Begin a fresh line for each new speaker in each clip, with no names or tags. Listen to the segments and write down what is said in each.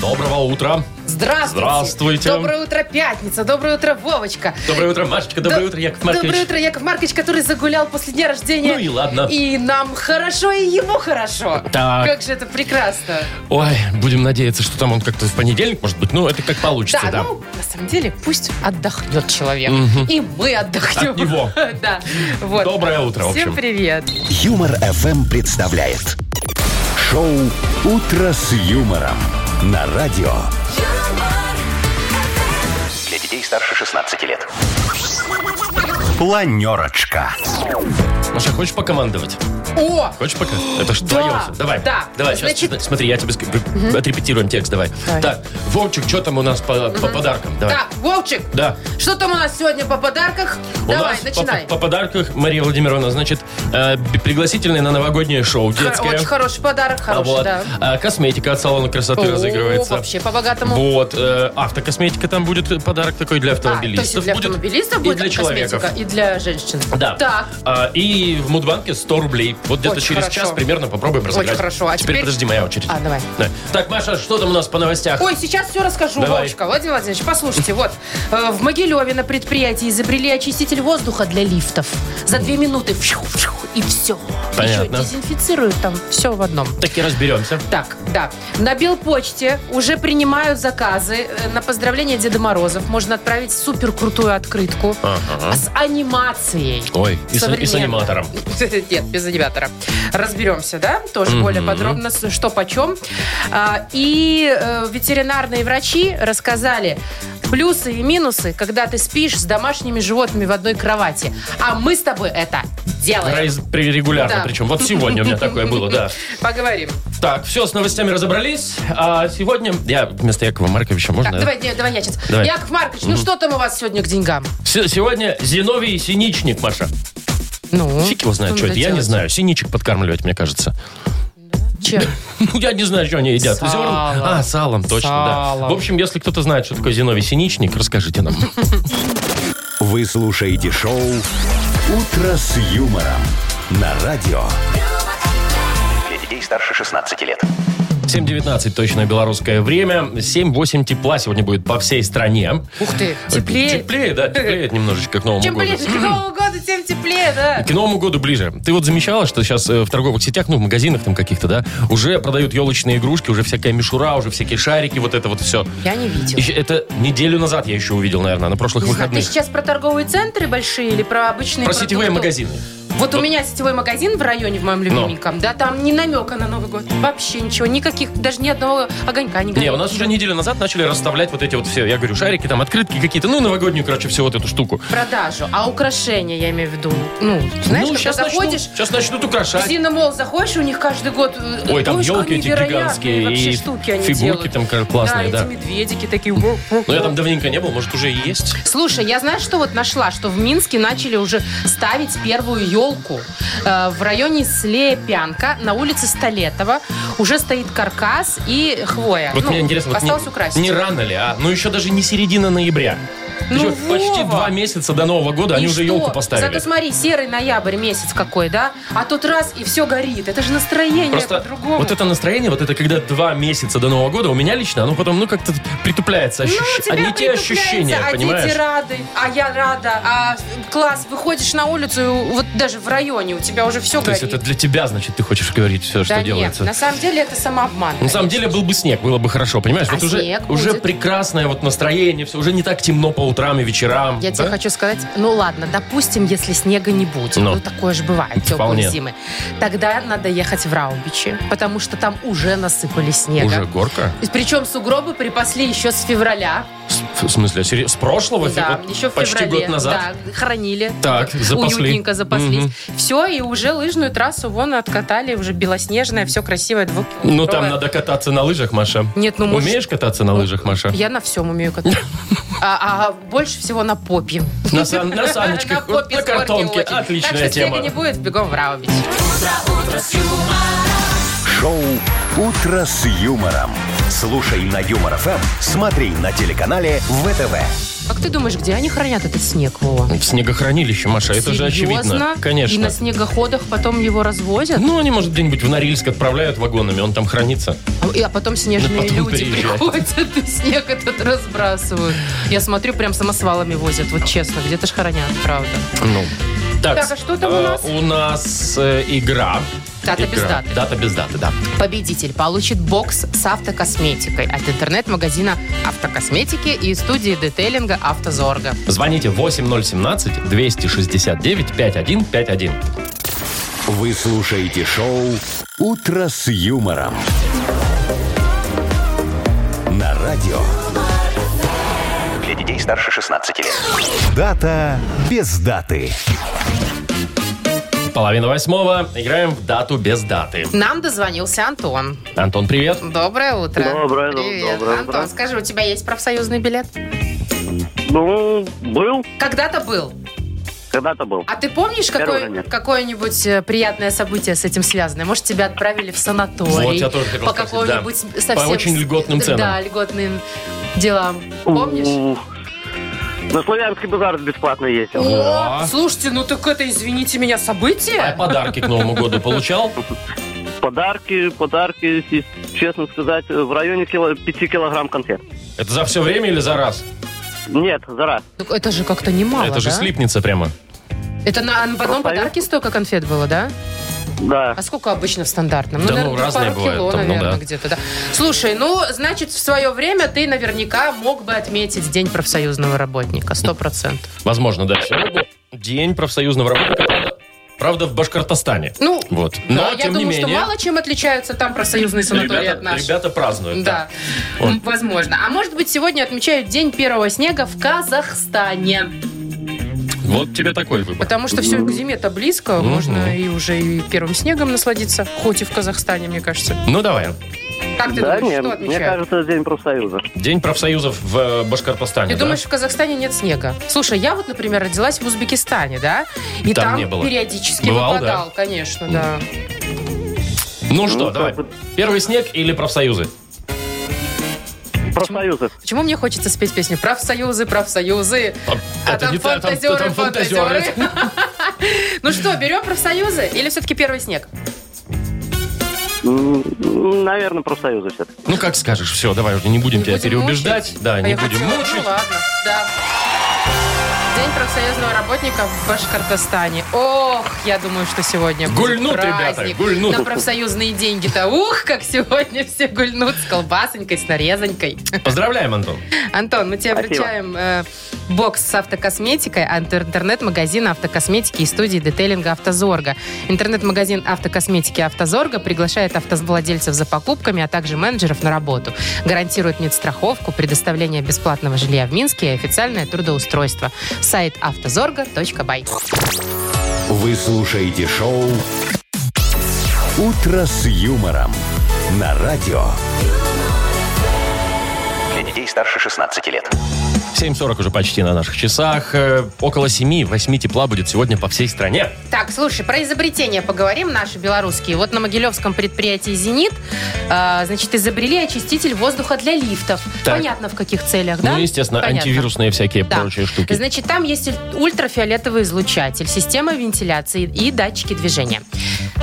Доброго утра.
Здравствуйте.
Здравствуйте.
Доброе утро, пятница. Доброе утро, Вовочка.
Доброе утро, Машечка. Доброе
До-
утро, Яков Маркович.
Доброе утро, Яков Маркович, который загулял после дня рождения.
Ну и ладно.
И нам хорошо, и ему хорошо.
Так.
Как же это прекрасно.
Ой, будем надеяться, что там он как-то в понедельник, может быть. Ну, это как получится, да.
ну, на самом деле, пусть отдохнет человек. И мы отдохнем.
От него.
Да. Вот.
Доброе утро, в
Всем
общем.
привет.
Юмор ФМ представляет. Шоу «Утро с юмором» на радио. Для детей старше 16 лет. Планерочка.
Маша, хочешь покомандовать?
О!
Хочешь пока? Это ж
Да,
твое всё. Давай.
да.
Давай, сейчас.
Значит-
Смотри, я тебе скажу. Отрепетируем текст, давай.
Давай.
Так, Вовчик, что там у нас по, по подаркам? Давай.
Так, Вовчик,
Да.
что там у нас сегодня по подарках?
У
Давай,
нас по-
начинай.
По, подарках, Мария Владимировна, значит, э, б- пригласительные на новогоднее шоу
Хор-
детское.
Очень хороший подарок,
А
хороший,
вот.
да.
А, косметика от салона красоты
О,
разыгрывается.
Вообще, по-богатому.
Вот, э, автокосметика там будет подарок такой для
А, то есть и
автомобилистов.
для автомобилистов будет
и для человека.
косметика, и для женщин.
Да.
Так.
А, и в Мудбанке 100 рублей. Вот где-то
Очень
через
хорошо.
час примерно попробуем разыграть.
хорошо. А
теперь
теперь-
подожди, моя очередь.
А, давай.
Да. Так, Маша, что там у нас по новостях?
Ой, сейчас все расскажу,
Давай.
Вовочка. Владимир Владимирович, послушайте, вот. э, В Могилеве на предприятии изобрели очиститель воздуха для лифтов. За две минуты фью, фью, и все.
Понятно.
Еще дезинфицируют там все в одном.
Так и разберемся.
Так, да. На Белпочте уже принимают заказы э, на поздравление Деда Морозов. Можно отправить супер крутую открытку
Ага.
с анимацией.
Ой, и с, и с
Современно.
аниматором.
Нет, без аниматора. Разберемся, да? Тоже более подробно, с- что почем. А, И э, ветеринарные врачи рассказали плюсы и минусы, когда ты спишь с домашними животными в одной кровати. А мы с тобой это делаем.
Раз- при- Регулярно
Да.
причем. Вот сегодня у меня такое было, да.
Поговорим.
Так, все, с новостями разобрались. А сегодня я вместо Якова Марковича, можно?
Так,
да?
давай, не, давай я сейчас.
Давай.
Яков Маркович, ну что там у вас сегодня к деньгам?
Се- Сегодня Зиновий Синичник, Маша.
Ну,
Фиг его знает, что
что
это.
надо
Я не
делать?
знаю. Синичек подкармливать, мне кажется.
Чем?
Ну, Я не знаю, что они едят.
Салом.
Зерн? А, салом, точно, да.
Салом.
В общем, если кто-то знает, что такое Зиновий Синичник, расскажите нам.
Вы слушаете шоу «Утро с юмором» на радио. Для детей старше 16 лет.
7.19, точное белорусское время. 7-8 тепла сегодня будет по всей стране.
Ух ты, теплее.
Теплее, да, теплее немножечко к Новому
Чем
году.
ближе к Новому году, тем теплее, да.
К Новому году ближе. Ты вот замечала, что сейчас э, в торговых сетях, ну, в магазинах там каких-то, да, уже продают елочные игрушки, уже всякая мишура, уже всякие шарики, вот это вот все.
Я не видела.
Еще, это неделю назад я еще увидел, наверное, на прошлых
Не знаю,
выходных.
ты сейчас про торговые центры большие или про обычные
Про сетевые
продукты?
магазины.
Вот у меня сетевой магазин в районе, в моем любименьком, да, там ни намека на Новый год, вообще ничего, никаких, даже ни одного огонька не горит.
Не, у нас уже неделю назад начали расставлять вот эти вот все, я говорю, шарики, там открытки какие-то, ну, новогоднюю, короче, всю вот эту штуку.
Продажу, а украшения, я имею в виду, ну, знаешь,
ну,
когда
сейчас
заходишь...
сейчас начнут украшать.
В Зиномол заходишь, у них каждый год... э,
Ой, там
боже,
ёлки
они
эти
невероятные
гигантские,
вообще
и
штуки они
фигурки
делают.
там, конечно, классные, да.
эти медведики такие...
Ну, я там давненько не был, может, уже и есть.
Слушай, я знаю, что вот нашла, что в Минске начали уже ставить первую елку. Э, в районе Слепянка на улице Столетова уже стоит каркас и хвоя.
Вот
Ну,
мне интересно, вот
осталось
не,
украсить.
не рано ли, а? Ну, еще даже не середина ноября.
Ну,
Причем почти
Вова!
два месяца до Нового года они
И
уже
что?
елку поставили.
Зато смотри, серый ноябрь месяц какой, да? А тут раз и все горит. Это же настроение
Просто
по-другому.
вот это настроение, вот это когда два месяца до Нового года, у меня лично, оно потом, ну, как-то притупляется.
Ну,
ощущ-
у тебя
а не те
притупляется,
ощущения,
а
понимаешь?
дети рады, а я рада, а класс, выходишь на улицу, и вот даже в районе у тебя уже все
То есть
горит.
это для тебя, значит, ты хочешь говорить все, что
да
делается.
нет, на самом деле это самообман.
На самом деле был бы снег, было бы хорошо, понимаешь?
А
вот уже,
снег
уже
будет.
прекрасное вот настроение, все уже не так темно по утрам и вечерам.
Я тебе
да?
хочу сказать, ну ладно, допустим, если снега не будет,
Ну.
ну, такое же бывает, теплые
Вполне.
зимы, тогда надо ехать в Раубичи, потому что там уже насыпали снега.
Уже горка?
И Причем сугробы припасли еще с февраля,
С- в смысле, сери- с прошлого?
да,
Вот
еще в
почти
феврале,
год назад?
да, хранили,
Так, запасли.
уютненько запаслись,
Мгм.
все и уже лыжную трассу вон откатали, уже белоснежная, все красивое двухкилометровое.
Ну, там надо кататься на лыжах, Маша.
Нет, ну, может-
Умеешь кататься на лыжах, Маша?
Я на всем умею кататься. А, а больше всего на попе.
На, сан- на саночках,
На попе
на
с горки
картонке.
очень.
Отличная
Так что снега
тема.
не будет, бегом в Раубич.
Шоу «Утро с юмором» Слушай на Юмор ФМ, смотри на телеканале ВТВ.
А Как ты думаешь, где они хранят этот снег, Вова?
В снегохранилище, Маша, это же очевидно.
Серьезно? И
Конечно.
на снегоходах потом его развозят?
Ну, они, может, где-нибудь в Норильск отправляют вагонами, он там хранится.
А- И, а потом снежные
Да потом
люди
приезжают.
приходят и снег этот разбрасывают. Я смотрю, прям самосвалами возят. Вот честно, где-то ж хранят, правда.
Ну.
Так, а что там у
э,
нас?
У нас э, игра.
Дата
Игра.
без даты.
Дата без даты, да.
Победитель получит бокс с автокосметикой от интернет-магазина автокосметики и студии детейлинга «Автозорга».
Звоните 8017-269-5151.
Вы слушаете шоу «Утро с юмором». На радио.
Для детей старше 16 лет.
Дата без даты.
Половина восьмого. Играем в дату без даты.
Нам дозвонился Антон.
Антон, привет.
Доброе утро.
Доброе,
Привет.
доброе
Антон,
утро.
скажи, у тебя есть профсоюзный билет?
Ну, был,
Когда-то был.
когда-то был.
А ты помнишь
Первого
какое-
нет.
какое-нибудь э, приятное событие с этим связанное? Может, тебя отправили в санаторий?
Вот, я тоже хотел
По
спросить,
какому-нибудь
да.
совсем... э,
По очень льготным ценам.
Да, льготным делам. Помнишь?
У- На Славянский базар бесплатно ездил.
О,
слушайте, ну так это, извините меня,
А
событие?
подарки к Новому году получал?
Подарки, подарки, и, честно сказать, в районе 5 килограмм конфет.
Это за все время или за раз?
Нет, за раз.
Ну, Это же как-то немало,
Это же
да?
слипнется прямо.
Это на, на одном
Профсоюз?
подарке столько конфет было, да?
Да.
А сколько обычно в стандартном?
Да ну,
наверное,
разные
пару
бывают
кило,
там, ну,
наверное,
да.
где-то, да. Слушай, ну, значит, в свое время ты наверняка мог бы отметить День профсоюзного работника, сто процентов.
Возможно, да. Сегодня день профсоюзного работника. правда- Правда, в Башкортостане.
Ну,
Вот.
да,
Но,
я
тем не
думаю, что
менее,
мало чем отличаются там профсоюзные санатории от
ребята,
наших.
ребята празднуют.
Да,
Вот.
М, возможно. А может быть, сегодня отмечают День первого снега в Казахстане.
Вот тебе такой выбор.
Потому что все к зиме-то близко,
Мгм.
можно и уже и первым снегом насладиться, хоть и в Казахстане, мне кажется.
Ну, давай.
Как ты
да,
думаешь,
нет,
что
мне
отмечают?
кажется, День профсоюза.
День профсоюзов в э, Башкортостане.
Ты
да?
думаешь, в Казахстане нет снега? Слушай, я вот, например, родилась в Узбекистане, да? И
Там
там,
не было.
периодически
Бывал, да?
выпадал, конечно, да.
Ну что,
Ну,
давай.
как бы-
Первый снег или профсоюзы?
Профсоюза.
Почему мне хочется спеть песню «Профсоюзы, профсоюзы», а там
та-
фантазеры,
там
фантазеры.
фантазеры.
Ну что, берем профсоюзы или все-таки первый снег?
М, Наверное, профсоюза все-таки.
Ну, как скажешь. Все, давай уже не будем тебя
будем
переубеждать.
мучить.
Да,
А
не
я
будем
хотела,
мучить.
Ну ладно, да. День профсоюзного работника в Башкортостане. Ох, я думаю, что сегодня будет
Гульнут, ребята,
праздник.
гульнут.
На профсоюзные деньги-то. Ух, как сегодня все гульнут с колбасонькой, с нарезанькой.
Поздравляем, Антон.
Антон, мы тебе
Спасибо.
вручаем э, бокс с автокосметикой от интернет-магазина автокосметики и студии детейлинга «Автозорга». Интернет-магазин автокосметики «Автозорга» приглашает автовладельцев за покупками, а также менеджеров на работу. Гарантирует медстраховку, предоставление бесплатного жилья в Минске и официальное трудоустройство. Сайт автозорга.бай.
Вы слушаете шоу «Утро с юмором». На радио.
Для детей старше 16 лет.
7.40 уже почти на наших часах. Э, Около 7-8 тепла будет сегодня по всей стране.
Так, слушай, про изобретения поговорим наши белорусские. Вот на могилевском предприятии «Зенит» э, значит, изобрели очиститель воздуха для лифтов.
Так.
Понятно, в каких целях, да?
Ну, естественно,
Понятно.
антивирусные всякие
Да.
прочие штуки.
Значит, там есть уль- ультрафиолетовый излучатель, система вентиляции и датчики движения.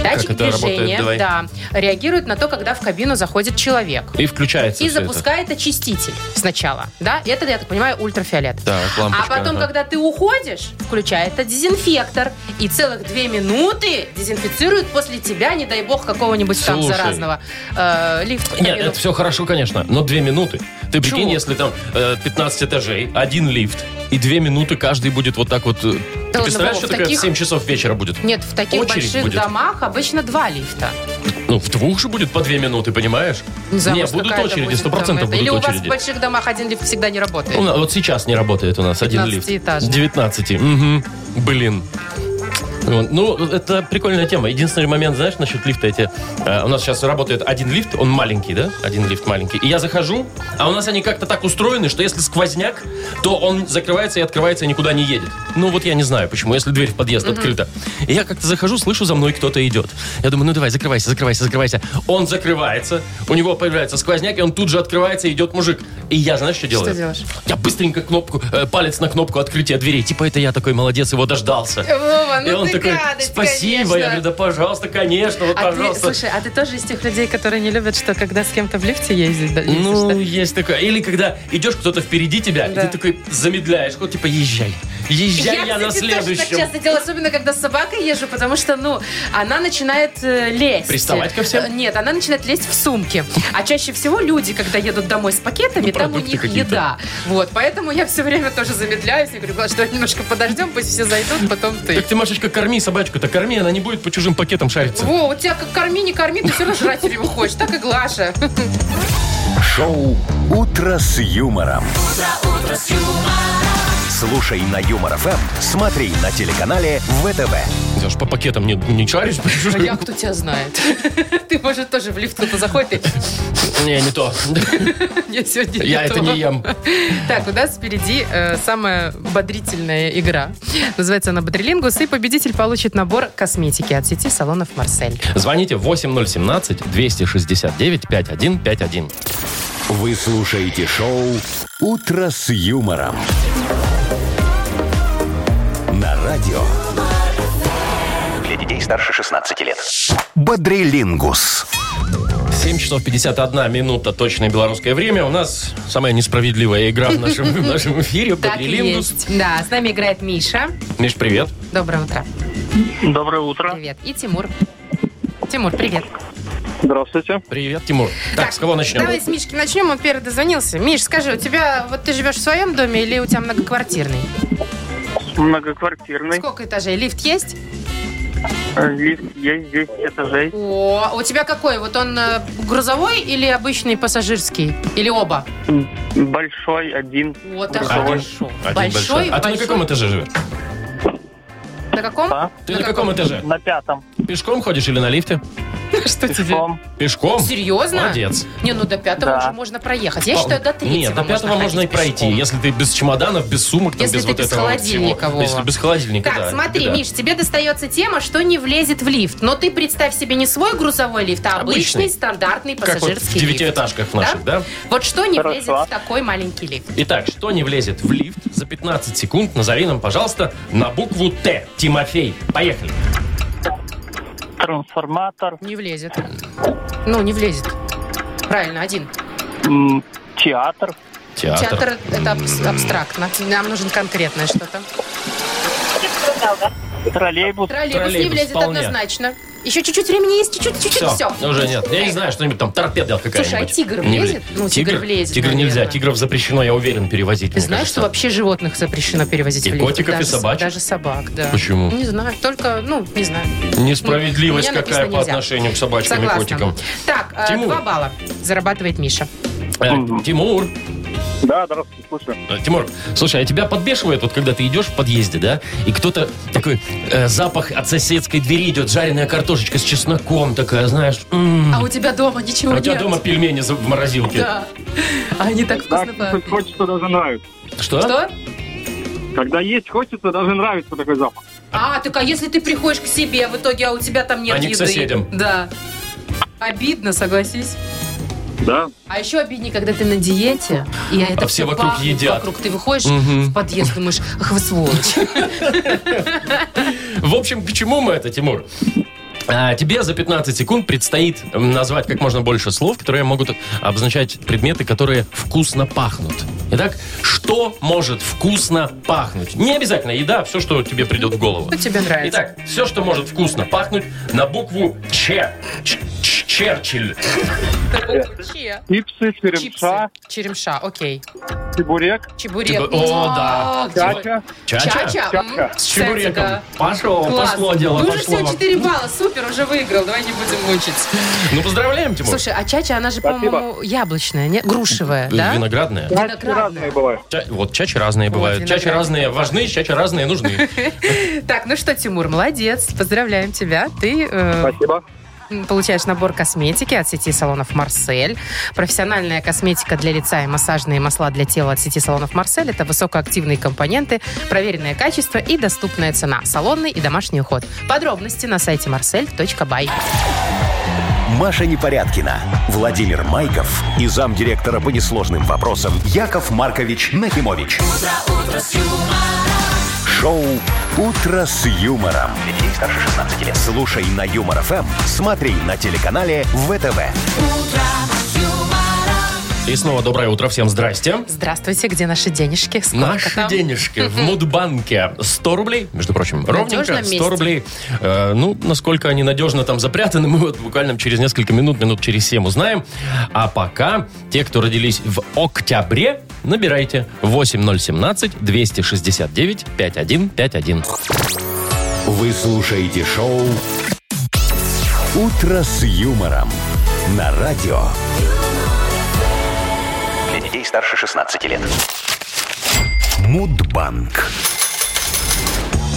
Датчик
это работает?
движения,
Давай.
да, реагирует на то, когда в кабину заходит человек.
И включается
И
всё это.
запускает очиститель сначала, да? И Это, я так понимаю, ультрафиолет.
Так, лампочка,
А потом,
ага.
когда ты уходишь, включается дезинфектор. И целых две минуты дезинфицирует после тебя, не дай бог, какого-нибудь там
Слушай.
заразного э, лифта.
Нет, это все хорошо, конечно, но две минуты. Ты прикинь,
Чего?
если там э, 15 этажей, один лифт, и две минуты каждый будет вот так вот... э,
Да
Ты
ладно,
представляешь,
Вов,
что
в
такое в
таких-
7 часов вечера будет?
Нет, в таких
Очередь
больших
будет.
домах обычно два лифта.
Ну, в двух же будет по две минуты, понимаешь?
Не знаю,
Не,
может,
будут
какая-то
очереди,
будет
сто процентов
там это.
будут
Или у вас в
очереди.
больших домах один лифт всегда не работает.
У нас- вот сейчас не работает у нас один лифт.
15-этажный.
19. Мгм. Блин. Вот. Ну, это прикольная тема. Единственный момент, знаешь, насчет лифта эти... э, у нас сейчас работает один лифт, он маленький, да? Один лифт маленький. И я захожу, а у нас они как-то так устроены, что если сквозняк, то он закрывается и открывается и никуда не едет. Ну, вот я не знаю, почему, если дверь в подъезд открыта. И я как-то захожу, слышу, за мной кто-то идет. Я думаю, ну давай, закрывайся, закрывайся, закрывайся. Он закрывается, у него появляется сквозняк, и он тут же открывается, и идет мужик. И я, знаешь, что делаю?
делаешь?
Я быстренько кнопку, э, палец на кнопку открытия двери. Типа это я такой молодец, его дождался.
Вова, ну
И он
ты
такой,
гадость,
спасибо,
конечно.
я говорю, да пожалуйста, конечно, вот
А ты,
пожалуйста.
слушай, а ты тоже из тех людей, которые не любят, что когда с кем-то в лифте ездить, да, ездишь,
ну,
да?
есть такое. Или когда идешь, кто-то впереди тебя, и
Да.
ты такой замедляешь ход, типа езжай. Езжай, я, на
кстати, тоже так
следующем.
часто делаю, особенно когда с собакой езжу, потому что, ну, она начинает э, лезть.
Приставать ко всем?
Э, Нет, она начинает лезть в сумки. А чаще всего люди, когда едут домой с пакетами,
Ну,
там у
продукты
них
какие-то.
еда. Вот, поэтому я все время тоже замедляюсь. Я говорю, «Главное, что немножко подождем, пусть все зайдут, потом ты.
Так ты, Машечка, корми собачку-то, корми, она не будет по чужим пакетам шариться.
Во, у тебя как корми, не корми, ты все равно жрать все время хочешь. Так и Глаша.
Шоу «Утро с юмором». Слушай на Юмор ФМ, смотри на телеканале ВТВ.
Ты ж по пакетам не, не шаришь по
А
чужим.
я кто тебя знает? Ты, может, тоже в лифт кто-то заходит
Не, не то.
и «Я сегодня
Я
не
это
то».
не ем.
Так, у нас впереди э, самая бодрительная игра. Называется она «Бодрилингус», и победитель получит набор косметики от сети салонов «Марсель».
Звоните 8017-269-5151.
Вы слушаете шоу «Утро с юмором». На радио
Для детей старше 16 лет.
«Бодрилингус».
7 часов 51 минута, точное белорусское время. У нас самая несправедливая игра в нашем, в нашем эфире.
Так и
Бодрилингус.
есть. Да, с нами играет Миша.
Миш, привет.
Доброе утро.
Доброе утро.
Привет. И Тимур. Тимур, привет.
Здравствуйте.
Привет, Тимур. Так, с кого начнем?
Давай с Мишки начнем, он первый дозвонился. Миш, скажи, у тебя, вот ты живешь в своем доме или у тебя многоквартирный?
Многоквартирный.
Сколько этажей? Лифт есть?
Э, Лифт есть 10 этажей.
О, а у тебя какой? Вот он э, грузовой или обычный пассажирский? Или оба?
М, Большой один.
Вот
Один.
хорошо.
Один большой. А ты на каком этаже живешь?
На каком?
А?
Ты
На
на каком этаже?
На пятом.
Пешком ходишь или на лифте?
Что
Пешком.
Пешком?
Серьезно?
Молодец.
Не, ну до пятого
Да.
уже можно проехать. Я считаю, до третьего
Нет, до пятого можно и
ходить
пройти,
пешком.
если ты без чемоданов, без сумок, там,
Если
без
ты
вот
без
этого вот
холодильника,
всего.
Вова.
Если без холодильника,
Так,
да,
смотри,
беда.
Миш, тебе достается тема, что не влезет в лифт. Но ты представь себе не свой грузовой лифт, а обычный,
Обычный.
стандартный
Как вот в
пассажирский лифт.
девятиэтажках наших, да?
Вот что не
Хорошо.
влезет в такой маленький лифт?
Итак, что не влезет в лифт за 15 секунд, назови нам, пожалуйста, на букву Т. Тимофей, поехали.
Трансформатор.
Не влезет. Ну, не влезет. Правильно, один.
м, Театр.
Театр, это абс- абстрактно. Нам нужно конкретное что-то. Троллейбус,
Троллейбус.
не
Троллейбус
влезет
вполне.
однозначно. Еще чуть-чуть времени есть, чуть-чуть, чуть-чуть, все.
Все, уже нет. Я не знаю, что-нибудь там, торпеда какая-нибудь.
Слушай, а тигр
Не
влезет? Ну, тигр влезет,
Тигр нельзя,
наверное.
тигров запрещено, я уверен, перевозить.
Ты
мне
знаешь,
кажется.
что вообще животных запрещено перевозить
И
в лифт?
котиков, и
Даже-
собачек?
Даже собак, да.
Почему?
Не знаю, только, ну, не знаю.
Несправедливость
У меня
какая
написано
по
нельзя.
отношению к собачкам
Согласна.
и котикам.
Так, э,
Тимур.
два балла зарабатывает Миша.
Э,
Мгм.
Тимур,
Да, здравствуйте, слушаю.
э, Тимур, слушай, а тебя подбешивает, вот когда ты идешь в подъезде, да, и кто-то такой э, запах от соседской двери идет, жареная картошечка с чесноком такая, знаешь, м.
А у тебя дома
А
ничего
у тебя
нет?
дома пельмени за- в морозилке.
Да. А они так вкусно пахнут.
хочется, даже нравится.
Что?
Что?
Когда есть, хочется, даже нравится такой запах.
А, так а если ты приходишь к себе, в итоге а у тебя там нет
А не к
еды?
соседям.
Да. Обидно, согласись.
Да.
А еще обиднее, когда ты на диете, и это
А все вокруг
пахнет
едят.
Вокруг ты выходишь
Мгм.
в подъезд, думаешь, ах вы сволочь.
В общем, к чему мы это, Тимур? А, Тебе за 15 секунд предстоит м, назвать как можно больше слов, которые могут обозначать предметы, которые вкусно пахнут. Итак, что может вкусно пахнуть? Не обязательно еда, все, что тебе придет в голову.
Что тебе нравится?
Итак, все, что может вкусно пахнуть, на букву Ч. Ч- ч- Черчилль.
Чья?
Чипсы,
Чипсы.
черемша,
Черемша, окей.
чебурек,
Чебурек.
Чебу- Типа, О, да.
где-
чача.
Чача. м,
Чача.
С
кстати,
чебуреком.
да.
Пошел,
Класс.
пошло дело,
Ну уже
пошло.
всего 4 балла, супер, уже выиграл, давай не будем мучить.
Ну, поздравляем, Тимур.
Слушай, а чача, она же,
Спасибо.
по-моему, яблочная, не?
Э,
грушевая, да?
Виноградная.
Чачи
Виноградные.
разные бывают.
Ча- Вот чачи разные
Вот,
бывают. Чачи
виноградные.
разные важны, чачи разные нужны.
Так, ну что, Тимур, молодец, поздравляем тебя. Ты э,
Спасибо.
получаешь набор косметики от сети салонов «Марсель». Профессиональная косметика для лица и массажные масла для тела от сети салонов «Марсель» — это высокоактивные компоненты, проверенное качество и доступная цена. Салонный и домашний уход. Подробности на сайте marsel.by.
Маша Непорядкина, Владимир Майков и замдиректора по несложным вопросам Яков Маркович Нахимович. Шоу Утро с юмором. Детей старше 16 лет. Слушай на юмор ФМ, смотри на телеканале ВТВ.
И снова доброе утро, всем здрасте.
Здравствуйте, где наши денежки? Сколько
Наши
там?
денежки в Мудбанке 100 рублей, между прочим, ровненько
надежном
100
месте.
рублей. Э, ну, насколько они надежно там запрятаны, мы вот буквально через несколько минут, минут через 7 узнаем. А пока те, кто родились в октябре, набирайте 8017-269-5151.
Вы слушаете шоу Утро с юмором на радио.
Для детей старше 16 лет.
Мудбанк.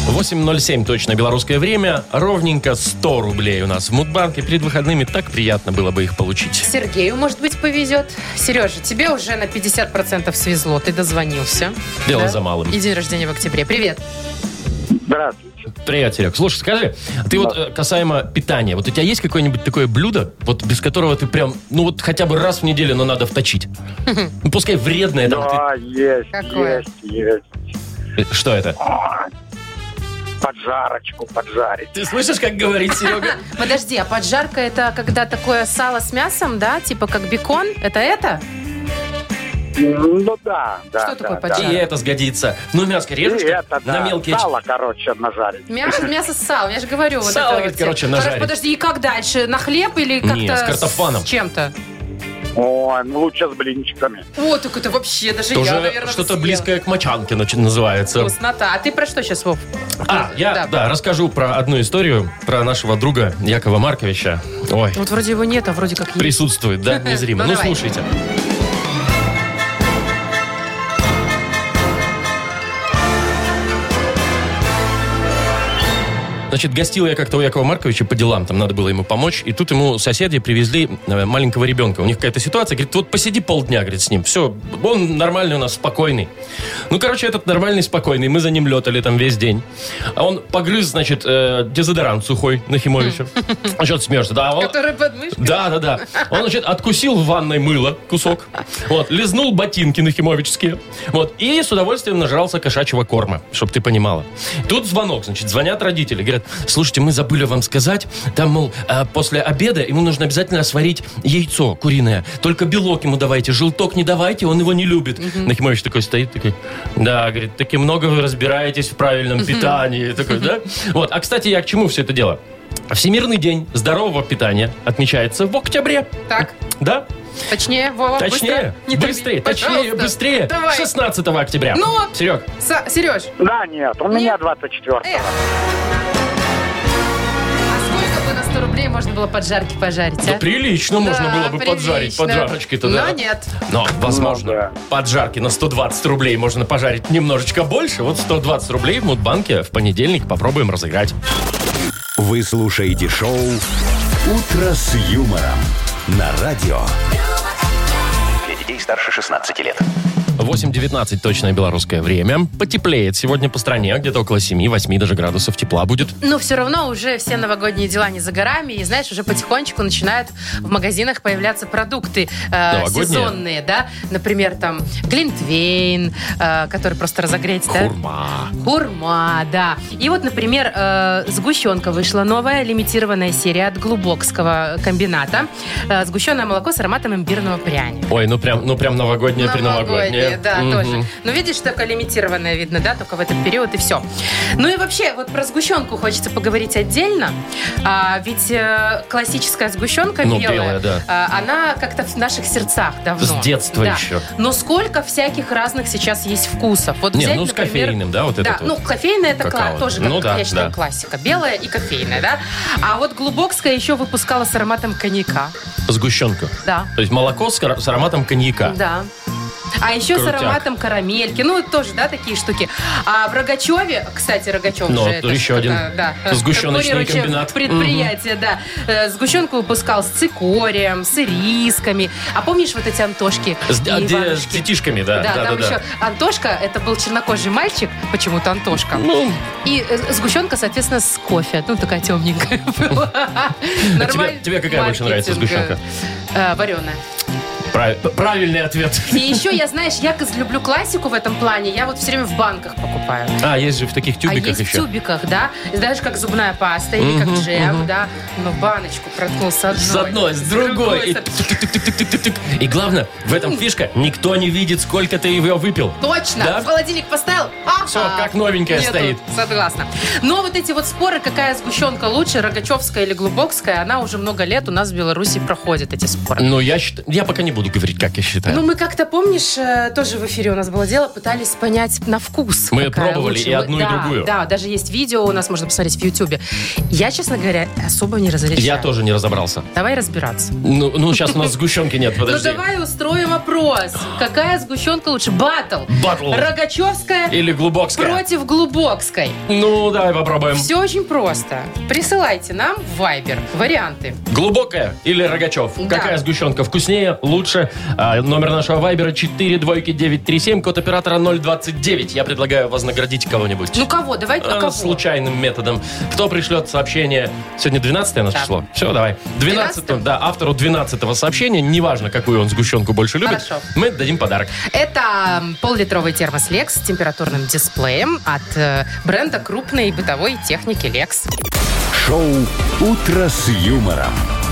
8.07 точно белорусское время, ровненько 100 рублей у нас в Мудбанке. Перед выходными так приятно было бы их получить.
Сергею, может быть, повезет. Сережа, тебе уже на 50% свезло, ты дозвонился.
Дело за малым.
И день рождения в октябре. Привет.
Здравствуйте.
Привет, Серег. Слушай, скажи, ты вот э, касаемо питания, вот у тебя есть какое-нибудь такое блюдо, вот без которого ты прям, ну вот хотя бы раз в неделю, но надо вточить? Ну, пускай вредное. там,
Да, есть,
Какое?
есть, есть.
ты- э, Что это?
Поджарочку поджарить.
Ты слышишь, как говорит Серега?
Подожди, а поджарка это когда такое сало с мясом, да? Типа как бекон? Это это?
Ну да, да.
Что
да,
такое
да.
поджарка?
И это сгодится. Ну, мяско
И
режешь так,
это, да,
на мелкие... ч-
сало, короче, нажарить.
Мясо, мясо с салом, я же говорю. вот
Сало,
это
говорит,
вот тема.
короче, нажарить.
Подожди, и как дальше? На хлеб или как-то
Не, с картофаном.
с чем-то?
Ой, ну лучше с блинчиками.
О, так это вообще даже я,
Тоже
наверное,
что-то
съела.
близкое к мочанке нач- называется.
Вкуснота. А ты про что сейчас, Вов?
А, я, да.
Да.
расскажу про одну историю, про нашего друга Якова Марковича. Ой,
Вот вроде его нет, а вроде как есть.
присутствует, да, незримо.
Ну,
Ну,
давай.
слушайте. Значит, гостил я как-то у Якова Марковича по делам, там надо было ему помочь, и тут ему соседи привезли э, маленького ребенка. У них какая-то ситуация, говорит, вот посиди полдня, говорит, с ним, все, он нормальный у нас, спокойный. Ну, короче, этот нормальный, спокойный, мы за ним летали там весь день. А он погрыз, значит, э, дезодорант сухой Нахимовича. А что ты смеешься? Да, он...
Который под мышкой.
Да, да, да. Он, значит, откусил в ванной мыло кусок, вот, лизнул ботинки нахимовические, вот, и с удовольствием нажрался кошачьего корма, чтобы ты понимала. Тут звонок, значит, звонят родители, говорят, слушайте, мы забыли вам сказать, там, мол, э, после обеда ему нужно обязательно сварить яйцо куриное, только белок ему давайте, желток не давайте, он его не любит. Нахимович такой стоит, такой, да, говорит, таки много вы разбираетесь в правильном питании, такой, да? Вот, а, кстати, я к чему все это дело? Всемирный день здорового питания отмечается в октябре.
Так,
Да?
точнее, Вова,
точнее,
А, быстро. Не томи,
быстрее, точнее,
пожалуйста.
быстрее.
Давай.
16 октября.
Ну вот.
Серег,
Сереж,
Да, нет, у меня 24
Эх. А сколько бы на 100 рублей можно было поджарки пожарить,
да
а?
прилично можно
Да,
было бы поджарить
прилично.
поджарочки-то, да.
Но нет.
Но, возможно,
Ну, да.
поджарки на 120 рублей можно пожарить немножечко больше. Вот 120 рублей в Мудбанке в понедельник попробуем разыграть.
Вы слушаете шоу Утро с юмором на радио.
Для детей старше 16 лет.
8.19 точное белорусское время. Потеплеет сегодня по стране, где-то около 7-8 даже градусов тепла будет.
Но все равно уже все новогодние дела не за горами. И знаешь, уже потихонечку начинают в магазинах появляться продукты э,
Новогодние?
сезонные, да. Например, там глинтвейн, э, который просто разогреть, да.
Хурма.
Хурма, да. И вот, например, э, сгущенка вышла новая, лимитированная серия от Глубокского комбината. Э, сгущенное молоко с ароматом имбирного пряня.
Ой, ну прям, ну прям новогоднее,
Новогоднее,
приновогоднее. Вообще.
да,
Мгм.
тоже. Но видишь, только лимитированное видно, да, только в этот период и все. Ну и вообще, вот про сгущенку хочется поговорить отдельно. А, ведь э, классическая сгущенка
Ну,
белая,
белая, да.
а, она как-то в наших сердцах давно.
С детства
Да.
еще.
Но сколько всяких разных сейчас есть вкусов. Вот
Не,
взять,
ну с
например,
кофейным, да, вот
да,
этот
ну
вот.
кофейная это кла-
какао.
тоже, как,
Ну да,
я считаю,
да.
классика. Белая и кофейная, да? А вот Глубокская еще выпускала с ароматом коньяка.
Сгущенку.
Да.
То есть молоко с, кара- с ароматом коньяка.
Да. А еще
Крутяк.
с ароматом карамельки. Ну, это тоже, да, такие штуки. А в Рогачеве, кстати, Рогачев
Ну,
же...
тут еще
ж,
один
э, да, э,
сгущеночный
конкурирующее
комбинат.
Предприятие, да. Э, Сгущенку выпускал с цикорием, с ирисками. А помнишь вот эти Антошки
С,
и
а, де- с
Иванушки?
детишками, да.
Да,
Да, да,
там
да.
еще Антошка, это был чернокожий мальчик, почему-то Антошка.
Ну,
И э, сгущенка, соответственно, с кофе. Ну, такая темненькая была. Нормальный
А тебе какая больше нравится
маркетинг.
сгущенка?
Э, Вареная.
прав- правильный ответ.
И еще я, знаешь, я каз- люблю классику в этом плане. Я вот все время в банках покупаю.
А, есть же в таких
а
тюбиках
есть в
еще.
тюбиках, да? Знаешь, как зубная паста или как
Мгм,
джем,
мгм.
да? Но баночку проткнул с одной.
С одной, с другой. И,
с-
тык-тык-тык-тык-тык-тык. И главное, в этом фишка, никто не видит, сколько ты его выпил.
Точно!
Да?
В холодильник поставил? А,
Всё, как новенькая
Нету.
стоит.
Согласна. Но вот эти вот споры, какая сгущенка лучше, рогачевская или глубокская, она уже много лет у нас в Беларуси проходит, эти споры.
Ну, я считаю, я пока не буду говорить, как я считаю.
Ну, мы как-то, помнишь, э, тоже в эфире у нас было дело, пытались понять на вкус.
Мы
какая
пробовали
лучше.
и одну, и
Да,
другую.
Да, даже есть видео у нас, можно посмотреть в Ютьюбе. Я, честно говоря, особо не разрешаю.
я тоже не разобрался.
Давай разбираться.
Ну, ну, сейчас у нас сгущенки нет, подожди.
Ну, давай устроим опрос. Какая сгущенка лучше? Баттл.
Батл.
Рогачевская
Или глубокская.
против Глубокской.
Ну, давай попробуем.
Все очень просто. Присылайте нам в Viber варианты.
Глубокая или Рогачев?
Да.
Какая сгущенка вкуснее, лучше? А, номер нашего вайбера 42937, код оператора 029. Я предлагаю вознаградить кого-нибудь.
Ну кого? Давай ну,
А,
кого?
случайным методом. Кто пришлет сообщение? Сегодня 12 наше
Да.
число. Все, давай. 12
12?
да, автору 12 сообщения, неважно, какую он сгущенку больше любит,
Хорошо.
мы дадим подарок.
Это м, пол-литровый термос Lex с температурным дисплеем от э, бренда крупной бытовой техники Lex.
Шоу «Утро с юмором»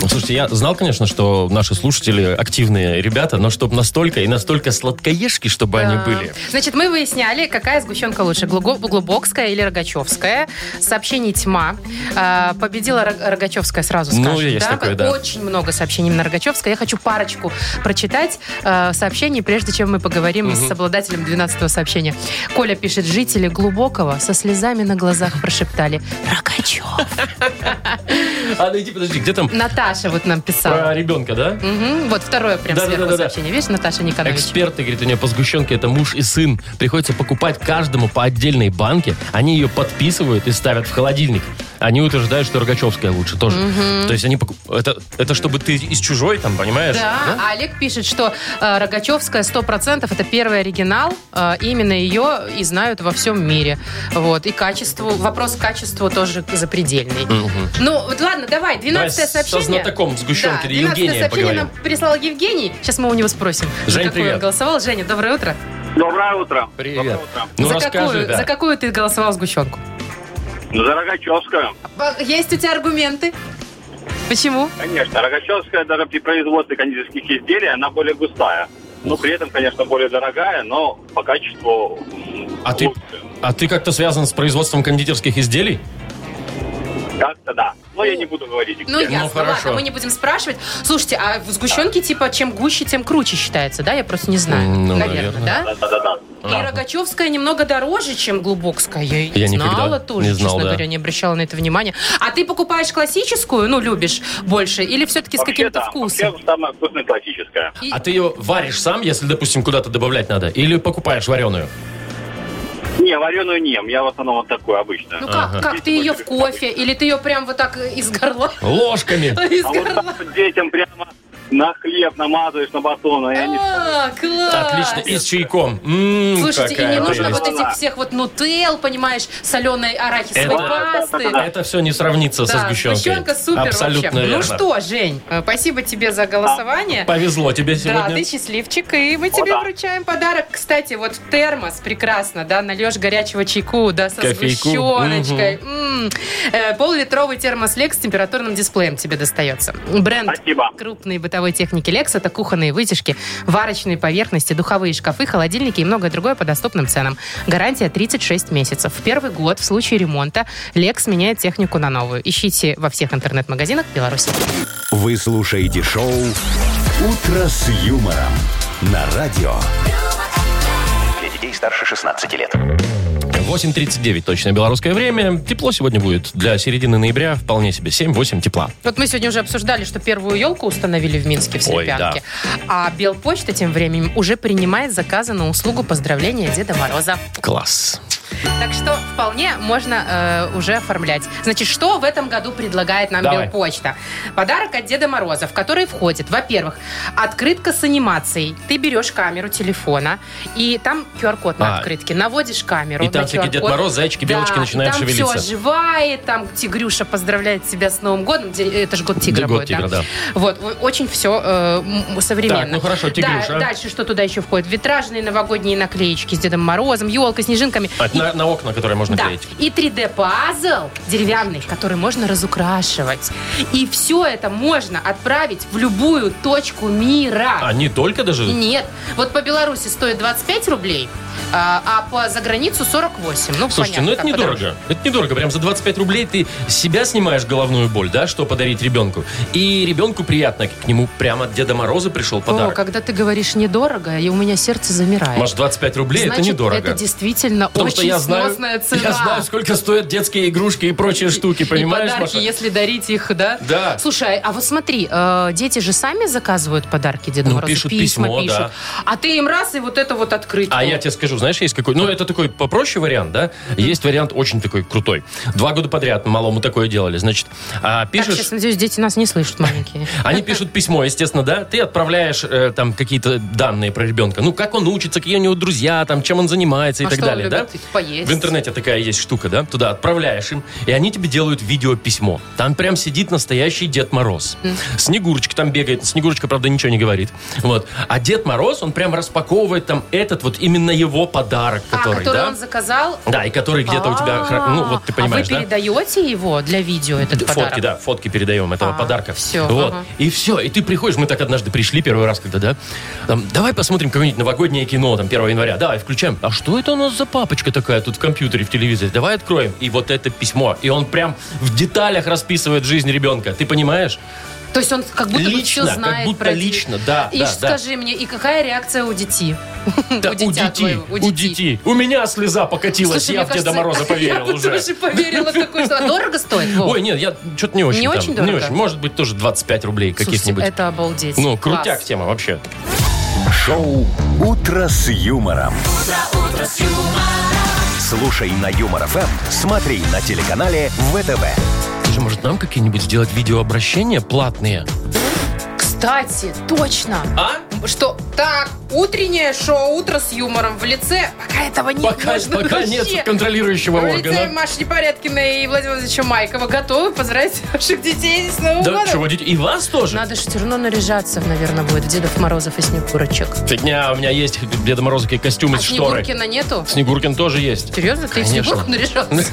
Слушайте, я знал, конечно, что наши слушатели активные ребята, но чтобы настолько и настолько сладкоежки, чтобы они были.
Значит, мы выясняли, какая сгущенка лучше, глуго- глубокская или рогачевская. Сообщений тьма. Э, победила Рог- рогачевская сразу,
Ну,
скажем.
есть такое, да.
Очень много сообщений на рогачевской. Я хочу парочку прочитать э, сообщений, прежде чем мы поговорим с обладателем 12-го сообщения. Коля пишет, жители Глубокого со слезами на глазах прошептали «Рогачев».
А, ну иди, подожди, где там
Наташа вот нам писала.
про ребенка, да?
Мгм, Вот второе прям
Да-да-да-да-да.
сверху сообщение. Видишь, Наташа Никонович?
Эксперты, говорит, у нее по сгущенке это муж и сын. Приходится покупать каждому по отдельной банке. Они ее подписывают и ставят в холодильник. Они утверждают, что Рогачевская лучше тоже. То есть они покуп... это, это чтобы ты из чужой там, понимаешь?
Да, а Олег пишет, что э, Рогачевская 100% это первый оригинал. э, именно ее и знают во всем мире. Вот. И качество, вопрос к качеству тоже запредельный. Ну, вот ладно, давай, 12
Давай со
сообщение.
знатоком сгущенки,
Да, 12-е
Евгения
сообщение
поговорим.
нам прислал Евгений. Сейчас мы у него спросим, за
Жень,
какую
привет.
он голосовал. Женя, доброе утро.
Доброе утро.
Привет. Ну
А за,
расскажи,
какую,
да.
за какую ты голосовал сгущенку?
Ну, За Рогачевскую.
А, Есть у тебя аргументы? Почему?
Конечно, Рогачевская даже при производстве кондитерских изделий, она более густая. Ну, при этом, конечно, более дорогая, но по качеству м,
А ты, а ты как-то связан с производством кондитерских изделий?
Как-то да. Но я не буду говорить.
Ну,
где.
ясно,
Э, хорошо.
ладно, мы не будем спрашивать. Слушайте, а в сгущенке, типа, чем гуще, тем круче считается, да? Я просто не знаю.
М, ну, А.
да?
Да-да-да.
И Рогачевская немного дороже, чем Глубокская. Я,
Я
знала
никогда
тоже,
не знал,
честно
да.
говоря, не обращала на это внимания. А ты покупаешь классическую, ну, любишь больше, или все-таки с
Вообще,
каким-то
да.
вкусом?
Вообще, самая вкусная классическая.
И-
А ты ее варишь сам, если, допустим, куда-то добавлять надо? Или покупаешь вареную?
Не, вареную не ем. Я в основном вот такую обычно.
Ну, как, как ты ее в кофе, или ты ее прям вот так из горла?
Ложками.
Из
А вот
горла.
так вот детям прямо На хлеб намазываешь на батон, а я не...
А, класс!
Отлично, и с чайком. М,
Слушайте, и
какая
не нужно
прелесть.
вот этих всех вот нутел, понимаешь, соленой арахисовой
Это-
пасты.
Да.
Это все не сравнится со
Да,
сгущенкой.
сгущенка супер
Абсолютно
вообще.
верно.
Ну что, Жень, э, спасибо тебе за голосование.
Повезло тебе
Да,
сегодня.
ты счастливчик, и мы тебе
да.
вручаем подарок. Кстати, вот термос прекрасно, да, нальешь горячего чайку, да, со
Кофейку.
сгущеночкой. М. Э, Пол-литровый термос Lex с температурным дисплеем тебе достается. Бренд
Спасибо.
крупной бытовой техники Lex это кухонные вытяжки, варочные поверхности, духовые шкафы, холодильники и многое другое по доступным ценам. Гарантия 36 месяцев. В первый год в случае ремонта Lex меняет технику на новую. Ищите во всех интернет-магазинах Беларуси.
Вы слушаете шоу «Утро с юмором» на радио.
Для детей старше 16 лет.
8.39 точное белорусское время. Тепло сегодня будет для середины ноября. Вполне себе 7-8 тепла.
Вот мы сегодня уже обсуждали, что первую елку установили в Минске в
Ой,
Слепянке. А Белпочта тем временем уже принимает заказы на услугу поздравления Деда Мороза.
Класс.
Так что вполне можно э, уже оформлять. Значит, что в этом году предлагает нам
Давай.
Белпочта? Подарок от Деда Мороза, в который входит, во-первых, открытка с анимацией. Ты берешь камеру телефона, и там QR-код на
А.
открытке. Наводишь камеру
И там
на
всякий
QR-код.
Дед Мороз, зайчики, белочки
Да,
начинают
и там
шевелиться.
все оживает, там Тигрюша поздравляет тебя с Новым годом. Де- Это же год тигра
Год
будет,
тигра, да.
Вот, о- очень все э, м- современно.
Так, ну хорошо,
Да,
Тигрюша.
дальше что туда еще входит? Витражные новогодние наклеечки с Дедом Морозом, елка, снежинками.
А это
И-
на, на окна, которые можно
да,
клеить.
и 3D-пазл деревянный, который можно разукрашивать. И все это можно отправить в любую точку мира.
А не только даже...
Нет. Вот по Беларуси стоит 25 рублей, а, а по заграницу 48. Ну,
Слушайте,
понятно,
ну это
как
недорого.
подороже.
Это недорого. Прям за 25 рублей ты с себя снимаешь головную боль, да, что подарить ребенку. И ребенку приятно. К нему прямо от Деда Мороза пришел
О,
подарок.
когда ты говоришь недорого, и у меня сердце замирает.
Может, 25 рублей
Значит,
это недорого.
Это действительно
Потому
очень
что я знаю,
сносная цена.
я знаю, сколько стоят детские игрушки и прочие штуки, понимаешь,
и подарки,
Маша?
если дарить их, да?
Да.
Слушай, а вот смотри, э, дети же сами заказывают подарки Деду
Ну,
Морозу.
пишут письмо,
пишут.
да.
А ты им раз и вот это вот открытку.
А я тебе скажу, знаешь, есть какой... Ну, это такой попроще вариант, да? Есть вариант очень такой крутой. Два года подряд малому такое делали. Значит, а,
Так,
пишешь... А,
сейчас, надеюсь, дети нас не слышат, маленькие.
Они пишут письмо, естественно, да? Ты отправляешь э, там какие-то данные про ребенка. Ну, как он учится, какие у него друзья, там, чем он занимается и
А
так
что он
далее, да?
любит? Поесть.
В интернете такая есть штука, да? Туда отправляешь им, и они тебе делают видеописьмо. Там прям сидит настоящий Дед Мороз. Снегурочка там бегает. Снегурочка, правда, ничего не говорит. Вот. А Дед Мороз, он прям распаковывает там этот вот именно его подарок,
А,
который,
который
да?
он заказал?
Да, и который где-то у тебя... хра- Ну, вот ты
А,
понимаешь,
А
да?
вы передаете его для видео, этот
Фотки,
подарок?
да, фотки передаем этого
А,
подарка.
всё,
Вот.
ага.
И все. И ты приходишь, мы так однажды пришли первый раз, когда, да, там, давай посмотрим какое-нибудь новогоднее кино, там, 1 января. Давай, включаем. А что это у нас за папочка такая тут в компьютере, в телевизоре? Давай откроем. И вот это письмо. И он прям в деталях расписывает жизнь ребенка. Ты понимаешь?
То есть он как будто бы все
Лично, как
знает
будто
про детей.
лично, да,
И
да,
ж
да.
скажи мне, и какая реакция у детей?
Да, у,
дитя
детей,
твоего,
у детей. У меня слеза покатилась,
Слушай,
я
мне
в
кажется,
Деда Мороза поверил
я бы
уже.
тоже поверила такое, что... А дорого стоит, Вов?
Ой, нет, я что-то не очень.
Не
там,
очень дорого?
Не очень. Может быть, тоже 25 рублей
Слушайте,
каких-нибудь.
это обалдеть.
Ну,
Класс.
крутяк тема вообще.
Шоу «Утро с юмором». Слушай на Юмор ФМ, смотри на телеканале ВТВ.
Слушай, может, нам какие-нибудь сделать видеообращения платные?
Кстати, точно.
А?
Что, так, утреннее шоу «Утро с юмором» в лице. Пока этого нет.
Пока,
можно
пока
вообще.
нет контролирующего
В лице
органа.
Маши Непорядкиной и Владимира Владимировича Майкова готовы поздравить ваших детей с Новым
Да,
годом.
чего, дядь, и вас тоже?
Надо же все равно наряжаться, наверное, будет в Дедов Морозов и Снегурочек.
Фигня, у меня есть Деда Мороза какие костюмы
А
с шторы.
Снегуркина нету?
Снегуркин тоже есть.
Серьезно, ты в
Конечно.
Снегурку наряжался?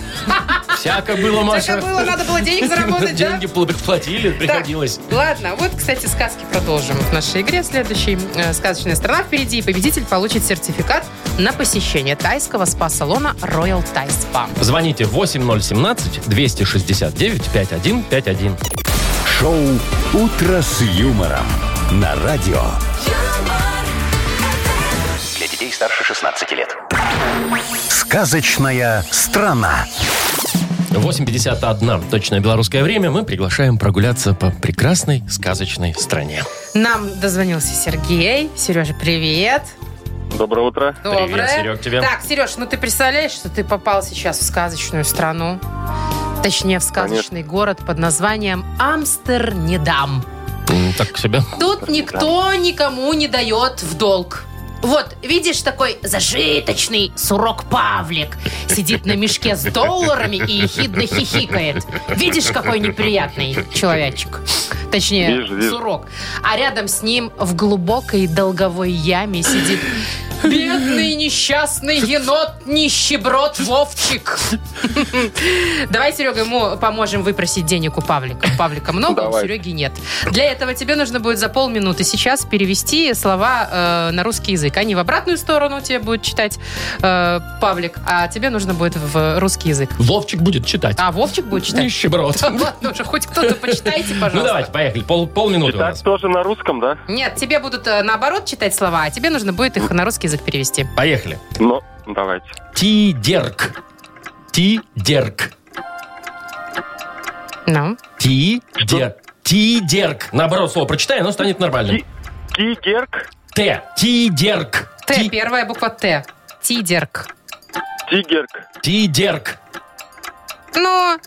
Всяко было, Маша.
Так и было, надо было денег заработать, да?
Деньги пл- платили,
Так,
приходилось.
ладно, вот, кстати, сказки продолжим в нашей игре. Следующий э, «Сказочная страна» впереди. И победитель получит сертификат на посещение тайского спа-салона Royal Thai Spa.
Звоните 8017-269-5151.
Шоу «Утро с юмором» на радио.
Для детей старше 16 лет.
Сказочная страна.
8.51. Точное белорусское время. Мы приглашаем прогуляться по прекрасной сказочной стране.
Нам дозвонился Сергей. Сережа, привет.
Доброе утро.
Привет,
Доброе.
Серег, тебе.
Так, Сереж, ну ты представляешь, что ты попал сейчас в сказочную страну? Точнее, в сказочный город под названием Амстернедам.
М, Так себя.
Тут никто никому не дает в долг. Вот, видишь, такой зажиточный сурок Павлик сидит на мешке с долларами и ехидно хихикает. Видишь, какой неприятный человечек. Точнее,
Вижу, вижу.
сурок. А рядом с ним в глубокой долговой яме сидит бедный несчастный енот нищеброд Вовчик. Давай, Серега, ему поможем выпросить денег у Павлика. У Павлика много, у
Давай.
Сереги нет. Для этого тебе нужно будет за полминуты сейчас перевести слова э, на русский язык. Они в обратную сторону тебе будет читать э, Павлик, а тебе нужно будет в русский язык.
Вовчик будет читать.
А Вовчик будет читать?
Нищеброд.
Ладно уже, хоть кто-то почитайте,
Ну
пожалуйста.
давайте, поехали. Пол, полминуты у
Так
нас.
тоже на русском, да?
Нет, тебе будут э, наоборот читать слова, а тебе нужно будет их на русский язык перевести.
Поехали.
Ну, давайте.
Тидерк. Тидерк.
Ну,
Тидерк. Тидерк. Наоборот слово прочитай, оно станет нормальным.
Ти- Тигерк,
Т. Тидерк.
Т,
Ти-
первая буква Т. Тидерк.
тигерк.
Тидерк.
Ну,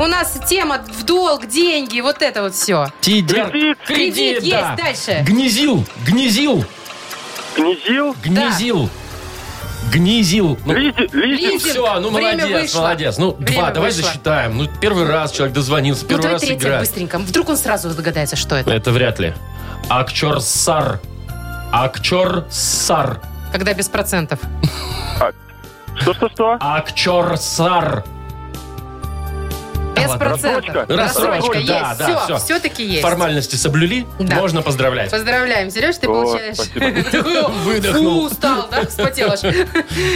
у нас тема в долг, деньги, вот это вот все.
Тидерк.
Кредит.
Кредит есть,
да.
дальше.
Гнезил. Гнезил.
Князил,
Гнезил. Гнезил. Ну,
лизи- лизинг.
Лизинг.
все, ну
Время
молодец,
вышло.
молодец. Ну,
Время
два, давай
вышло.
засчитаем. Ну, первый раз человек дозвонился,
Ну,
первый
давай
раз
третья
играет.
быстренько. Вдруг он сразу догадается, что это.
Это вряд ли. Акчорсар. Акчорсар.
Когда без процентов.
Что-что-что?
Акчорсар.
Без
ладно,
процентов.
рассрочка.
Рассрочка,
есть.
да, да,
все,
всё.
все-таки есть.
Формальности соблюли,
Да.
можно поздравлять.
Поздравляем, Сереж, ты
О,
получаешь...
спасибо.
Выдохнул.
Фу, устал, да? Вспотел аж.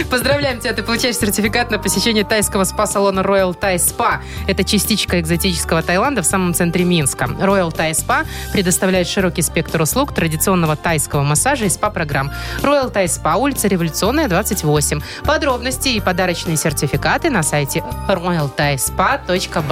Поздравляем тебя, ты получаешь сертификат на посещение тайского спа-салона Royal Thai Spa. Это частичка экзотического Таиланда в самом центре Минска. Royal Thai Spa предоставляет широкий спектр услуг традиционного тайского массажа и спа-программ. Royal Thai Spa, улица Революционная, 28. Подробности и подарочные сертификаты на сайте royalthaispa.by.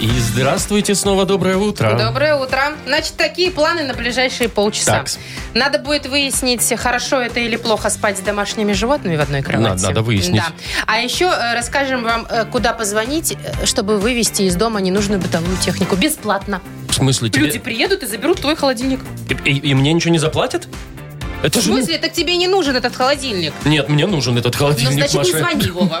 И здравствуйте снова, доброе утро.
Доброе утро. Значит, такие планы на ближайшие полчаса.
Такс.
Надо будет выяснить, хорошо это или плохо спать с домашними животными в одной кровати.
Надо, надо выяснить.
Да. А еще э, расскажем вам, э, куда позвонить, э, чтобы вывести из дома ненужную бытовую технику. Бесплатно.
В смысле тебе?
Люди приедут и заберут твой холодильник.
И, и- и мне ничего не заплатят? Это
В
же... ну-
смысле, так тебе не нужен этот холодильник.
Нет, мне нужен этот
Ну,
холодильник,
значит, не
Маша.
звони, Вова.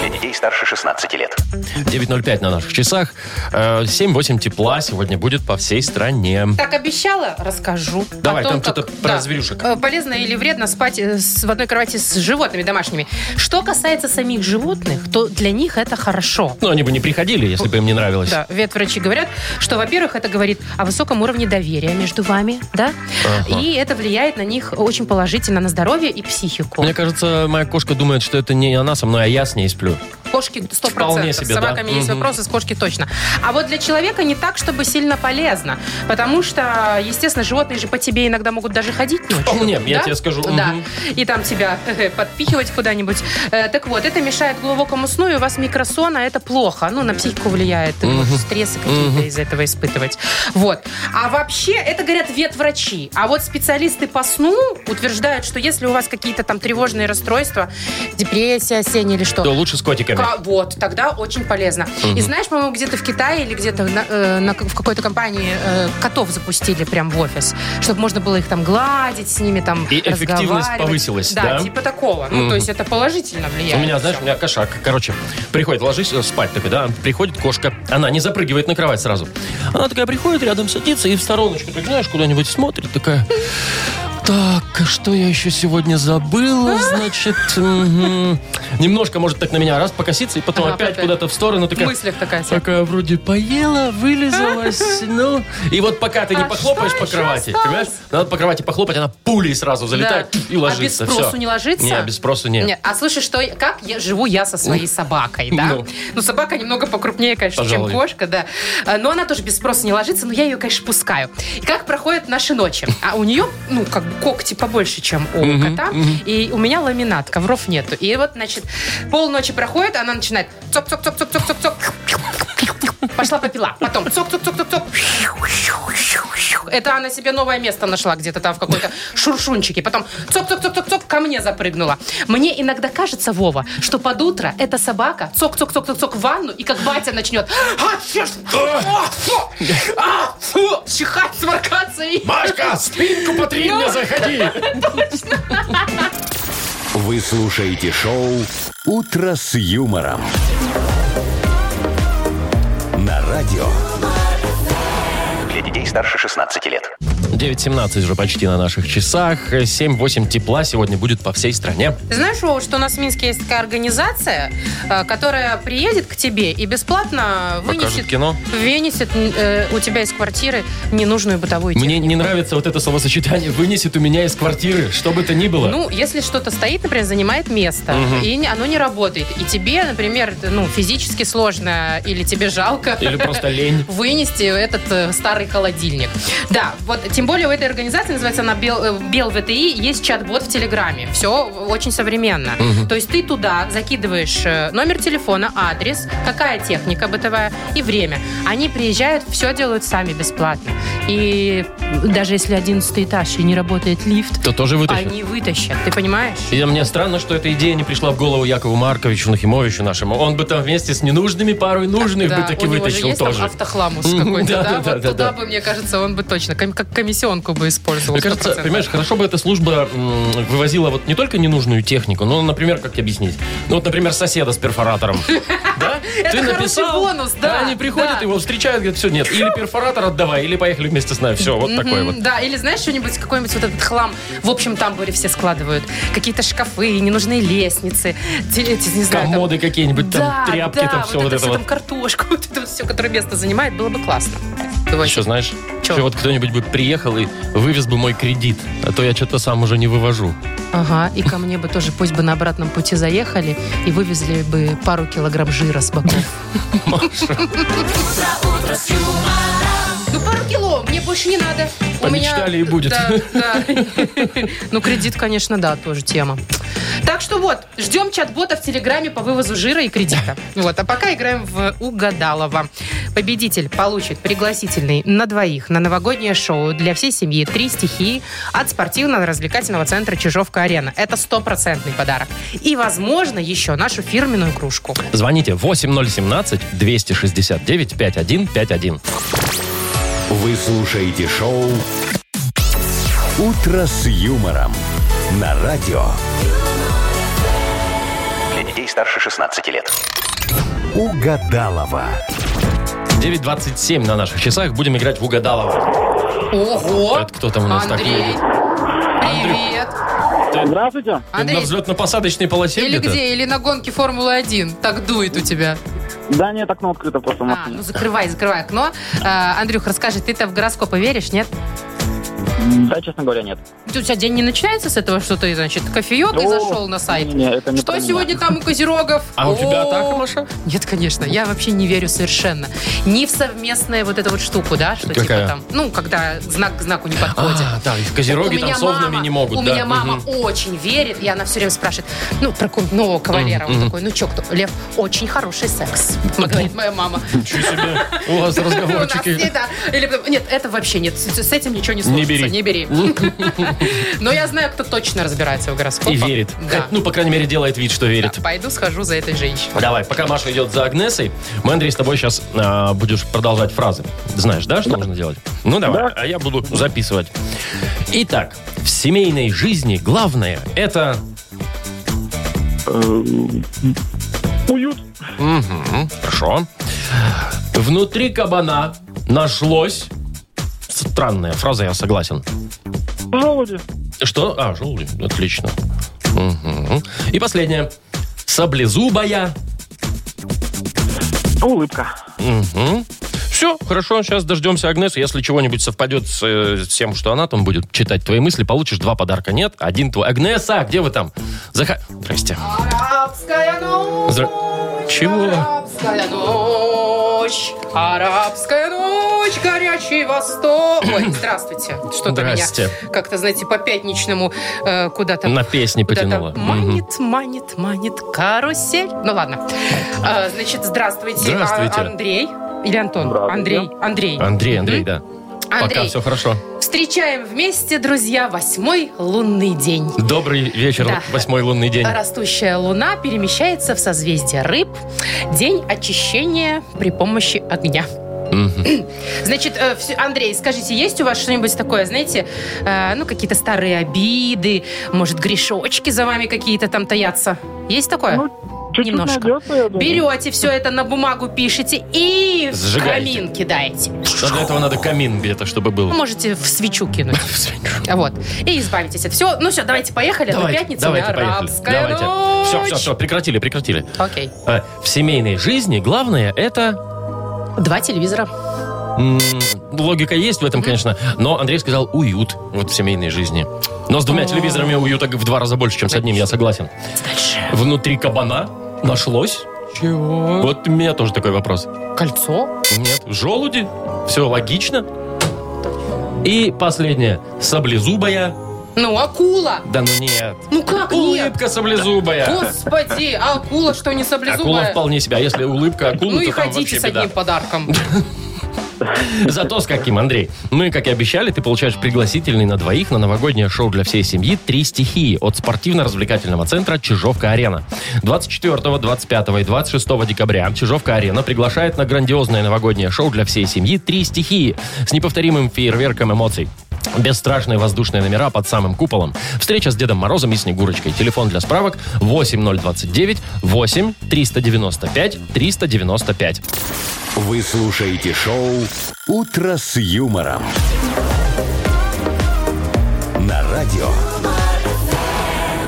Для детей старше 16 лет.
9.05 на наших часах. Э, 7-8 тепла сегодня будет по всей стране.
Так обещала, расскажу.
Давай,
О том,
там что-то
как-
про
да,
зверюшек.
э, Полезно или вредно спать э, с- в одной кровати с животными домашними. Что касается самих животных, то для них это хорошо.
Но Ну, они бы не приходили, если бы им не нравилось.
Да, ветврачи говорят, что, во-первых, это говорит о высоком уровне доверия между вами, да,
Ага.
и это влияет на них очень положительно на здоровье и психику.
Мне кажется, моя кошка думает, что это не она со мной, а я с ней сплю.
Кошки 100%.
Вполне
с
себе,
собаками
да.
есть
Мгм.
вопросы, с кошки точно. А вот для человека не так, чтобы сильно полезно. Потому что, естественно, животные же по тебе иногда могут даже ходить ночью.
Вполне, я
да?
тебе скажу,
Да.
мгм.
И там тебя э, подпихивать куда-нибудь. Э, Так вот, это мешает глубокому сну, и у вас микросон, а это плохо. Ну, на психику влияет. Ты можешь стрессы какие-то из этого испытывать. Вот. А вообще, это говорят ветврачи. А вот специалисты по сну утверждают, что если у вас какие-то там тревожные расстройства, депрессия осенняя или что,
Да лучше с котиками.
Ка- Вот, тогда очень полезно. И знаешь, по-моему, где-то в Китае или где-то на- э, на к- в какой-то компании э, котов запустили прям в офис, чтобы можно было их там гладить, с ними там
И эффективность
разговаривать.
повысилась, да?
типа такого. Ну, то есть это положительно
У
влияет.
меня, знаешь,
всё.
у меня кошак. Короче, приходит, ложись э, спать такой, да, приходит кошка. Она не запрыгивает на кровать сразу. Она такая приходит, рядом садится и в стороночку, так знаешь, куда-нибудь смотрит, такая... Так, а что я еще сегодня забыл? Значит, мгм. немножко, может, так на меня раз покоситься, и потом
Ага,
опять
опять.
куда-то в сторону.
В
Такая,
мыслях такая вся.
такая вроде поела, вылезалась, ну. И вот пока ты не
А
похлопаешь
что
по
еще
кровати,
осталось?
понимаешь? Надо по кровати похлопать, она пулей сразу залетает
Да.
и ложится.
А без спросу
Всё.
не ложится?
Не, без спросу не.
Не, а слушай, что, я- как я живу я со своей собакой, да?
Ну.
Ну, собака немного покрупнее, конечно,
Пожалуй.
чем кошка, да. А, Но она тоже без спроса не ложится, но я ее, конечно, пускаю. И как проходят наши ночи? А у нее, ну, как бы когти побольше, чем у кота. И у меня ламинат, ковров нету. И вот, значит, полночи проходит, она начинает цок-цок-цок-цок-цок-цок-цок. Пошла попила. Потом цок-цок-цок-цок-цок. Это она себе новое место нашла где-то там в какой-то шуршунчике. Потом цок-цок-цок-цок-цок ко мне запрыгнула. Мне иногда кажется, Вова, что под утро эта собака цок-цок-цок-цок-цок в ванну, и как батя начнет «А, чё ж- а, фу! А, фу!» чихать, сморкаться и...
Машка, спинку потри,
Ну.
не заходи.
Вы слушаете шоу «Утро с юмором». На радио.
Для детей старше 16 лет.
9.17 уже почти на наших часах. 7-8 тепла сегодня будет по всей стране.
Ты знаешь, Вова, что у нас в Минске есть такая организация, э, которая приедет к тебе и бесплатно
Покажут
вынесет,
кино.
вынесет э, у тебя из квартиры ненужную бытовую технику.
Мне не нравится вот это словосочетание «вынесет у меня из квартиры», что бы то ни было.
Ну, если что-то стоит, например, занимает место, и не- оно не работает, и тебе, например, ну, физически сложно, или тебе жалко
Или просто лень.
вынести этот э, старый холодильник. Да, вот, тем более у этой организации, называется она Бел, э, Бел ВТИ, есть чат-бот в Телеграме. Все очень современно. То есть ты туда закидываешь э, номер телефона, адрес, какая техника бытовая и время. Они приезжают, все делают сами бесплатно. И даже если 11 этаж и не работает лифт,
Ну, То тоже вытащит.
они вытащат, ты понимаешь?
И мне странно, что эта идея не пришла в голову Якову Марковичу Нахимовичу нашему. Он бы там вместе с ненужными парой нужных бы таки
у него же
вытащил
есть
тоже.
там автохламус
Мгм,
какой-то,
да,
да?
да,
Вот
да,
туда
да.
бы, мне кажется, он бы точно, ком- как комиссионку бы использовал.
Мне кажется,
100%.
понимаешь, хорошо бы эта служба м, вывозила вот не только ненужную технику, но, например, как объяснить? Ну, вот, например, соседа с перфоратором. Да?
Это
Ты
хороший
написал,
бонус, да,
Они приходят,
да.
его встречают, говорят, все, нет, или перфоратор отдавай, или поехали вместе с нами. Все, вот такое
Мгм,
вот.
Да, или знаешь что-нибудь, какой-нибудь вот этот хлам. В общем, там были все складывают. Какие-то шкафы, ненужные лестницы, те- эти, не знаю, там-
Комоды какие-нибудь, там
Да,
тряпки,
да,
там все вот это
всё,
вот.
там картошку, вот это все, которое место занимает, было бы классно. Давай.
Еще знаешь,
Чё?
что вот кто-нибудь бы приехал и вывез бы мой кредит, а то я что-то сам уже не вывожу.
Ага, и ко мне бы тоже пусть бы на обратном пути заехали и вывезли бы пару килограмм жира с боков. Ну, пару кило, мне больше не надо. У меня-
Помечтали и будет.
Да, да. Ну, кредит, конечно, да, тоже тема. Так что вот, ждем чат-бота в Телеграме по вывозу жира и кредита. Вот, а пока играем в Угадалова. Победитель получит пригласительный на двоих на новогоднее шоу для всей семьи «Три стихии» от спортивно-развлекательного центра «Чижовка-арена». Это стопроцентный подарок. И, возможно, еще нашу фирменную кружку.
Звоните 8017-269-5151.
Вы слушаете шоу «Утро с юмором». На радио.
Для детей старше 16 лет.
Угадалова.
9.27 на наших часах. Будем играть в Угадалово.
Ого!
Это кто там у нас так
Андрей,
едет?
привет!
Здравствуйте.
Ты на
Андрей,
взлетно-посадочной полосе
Или
где-то?
где? Или на гонке Формулы-1. Так дует у тебя.
Да нет, окно открыто просто в
А,
машине.
ну закрывай, закрывай окно. А, Андрюх, расскажи, ты-то в гороскопы веришь, нет? ну.
Да, честно говоря, нет.
У тебя день не начинается с этого, что ты, значит, кофеек и
О,
зашел на сайт?
Не, Ну, это не про
Что
меня.
сегодня там у козерогов?
А у тебя
О,
атака, Маша?
Нет, конечно, я вообще не верю совершенно. Ни в совместную вот эту вот штуку, да, что
Какая?
типа там, ну, когда знак к знаку не подходит.
А, да, и в
У
Козероге
меня
там совнами
мама-
не могут.
У
да.
меня мама
Мгм.
очень верит, и она все время спрашивает, ну, про какого-нибудь нового кавалера. Он такой, ну, чё, кто? Лев, очень хороший секс, говорит моя мама.
Ничего себе. У вас
У нас
разговорчики.
всегда. Или потом, Нет, это вообще нет. С с этим ничего не сложится.
бери.
Не бери. Но я знаю, кто точно разбирается в гороскопах.
И верит.
Да.
Ну, по крайней мере, делает вид, что верит.
Да, Пойду схожу за этой женщиной.
Давай, пока Маша идет за Агнесой, мы, Андрей, с тобой сейчас будешь продолжать фразы. Знаешь, да, что нужно делать? Ну, давай, а я буду записывать. Итак, в семейной жизни главное – это... Эм,
Уют.
Мгм, хорошо. Внутри кабана нашлось... Странная фраза, я согласен.
Желуди.
Что? А, желуди. Отлично. Мгм. И последнее. Саблезубая.
Улыбка.
Все, хорошо, сейчас дождемся Агнес. Если чего-нибудь совпадет с э, с тем, что она там будет читать твои мысли, получишь два подарка. Нет, один твой. Агнеса, где вы там? Заха... Здрасте.
Арабская ночь.
Здра- Чего?
Арабская ночь. Арабская ночь. Горячий восток. Ой, здравствуйте. Что-то меня
Здрасте.
как-то, знаете, по пятничному э, куда-то...
На песни
куда-то
потянуло. Мгм.
манит, манит, манит карусель. Ну ладно. А, значит, здравствуйте,
Здравствуйте.
А- Андрей. Или Антон?
Здравствуйте.
Андрей. Андрей.
Андрей, Андрей,
Мгм.
да. Пока
Андрей.
все хорошо.
Встречаем вместе, друзья, восьмой лунный день.
Добрый вечер,
Да.
восьмой лунный день.
Растущая луна перемещается в созвездие рыб. День очищения при помощи огня.
Мгм.
Значит, э, всё- Андрей, скажите, есть у вас что-нибудь такое, знаете, э, ну, какие-то старые обиды, может, грешочки за вами какие-то там таятся? Есть такое?
Ну, чуть-чуть
Немножко.
найдется, я думаю.
Берете все это на бумагу, пишете и в
Сжигаете.
камин кидаете.
Но для этого надо камин где-то, чтобы был.
Ну, Можете в свечу кинуть. А Вот. И избавитесь от всего. Ну все, давайте поехали. а то
Давайте,
пятница,
давайте, поехали.
арабская
Давайте.
ночь.
Все, все, все, прекратили, прекратили.
Окей.
А, В семейной жизни главное это
Два телевизора.
М, Логика есть в этом, конечно, но Андрей сказал уют вот в семейной жизни. Но с двумя телевизорами уюта в два раза больше, чем с одним, я согласен. Внутри кабана нашлось. Чего? Вот у меня тоже такой вопрос.
Кольцо.
Нет, желуди. Все логично. И последнее. Саблезубая.
Ну, акула.
Да ну нет.
Ну как нет?
Улыбка саблезубая.
Господи, а акула что не
Акула
саблезубая?
вполне себя. Если улыбка акулы,
ну
то
и
там
ходите
вообще
с
беда.
одним подарком.
Зато с каким, Андрей. Ну и, как и обещали, ты получаешь пригласительный на двоих на новогоднее шоу для всей семьи «Три стихии» от спортивно-развлекательного центра «Чижовка-арена». 24, 25 и 26 декабря «Чижовка-арена» приглашает на грандиозное новогоднее шоу для всей семьи «Три стихии» с неповторимым фейерверком эмоций. Бесстрашные воздушные номера под самым куполом. Встреча с Дедом Морозом и Снегурочкой. Телефон для справок 8029 8 395 395.
Вы слушаете шоу «Утро с юмором». На радио.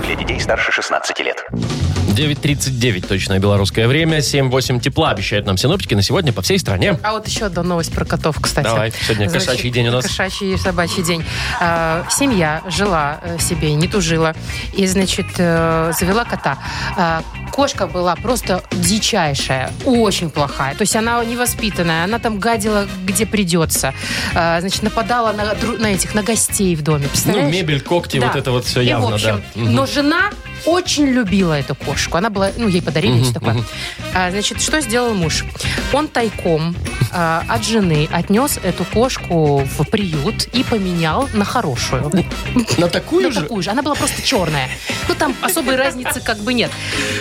Для детей старше 16 лет.
9.39 точное белорусское время. 7-8 тепла обещают нам синоптики на сегодня по всей стране. Ну,
А вот еще одна новость про котов, кстати.
Давай, сегодня
Значит,
кошачий день у нас.
Кошачий и собачий день. А, семья жила э, себе, не тужила. И, значит, э, завела кота. А, кошка была просто дичайшая, очень плохая. То есть она невоспитанная, она там гадила, где придется. А, значит, нападала на, дру- на этих, на гостей в доме,
Ну,
представляешь?
мебель, когти,
Да.
вот это вот все
И,
явно,
в общем,
да. Мгм.
Но жена очень любила эту кошку. Она была, ну, ей подарили
Мгм,
всё такое.
мгм.
А, значит, что сделал муж? Он тайком а, от жены отнес эту кошку в приют и поменял на хорошую.
На такую
Ну,
же?
такую же. Она была просто черная. Ну, там особой разницы как бы нет.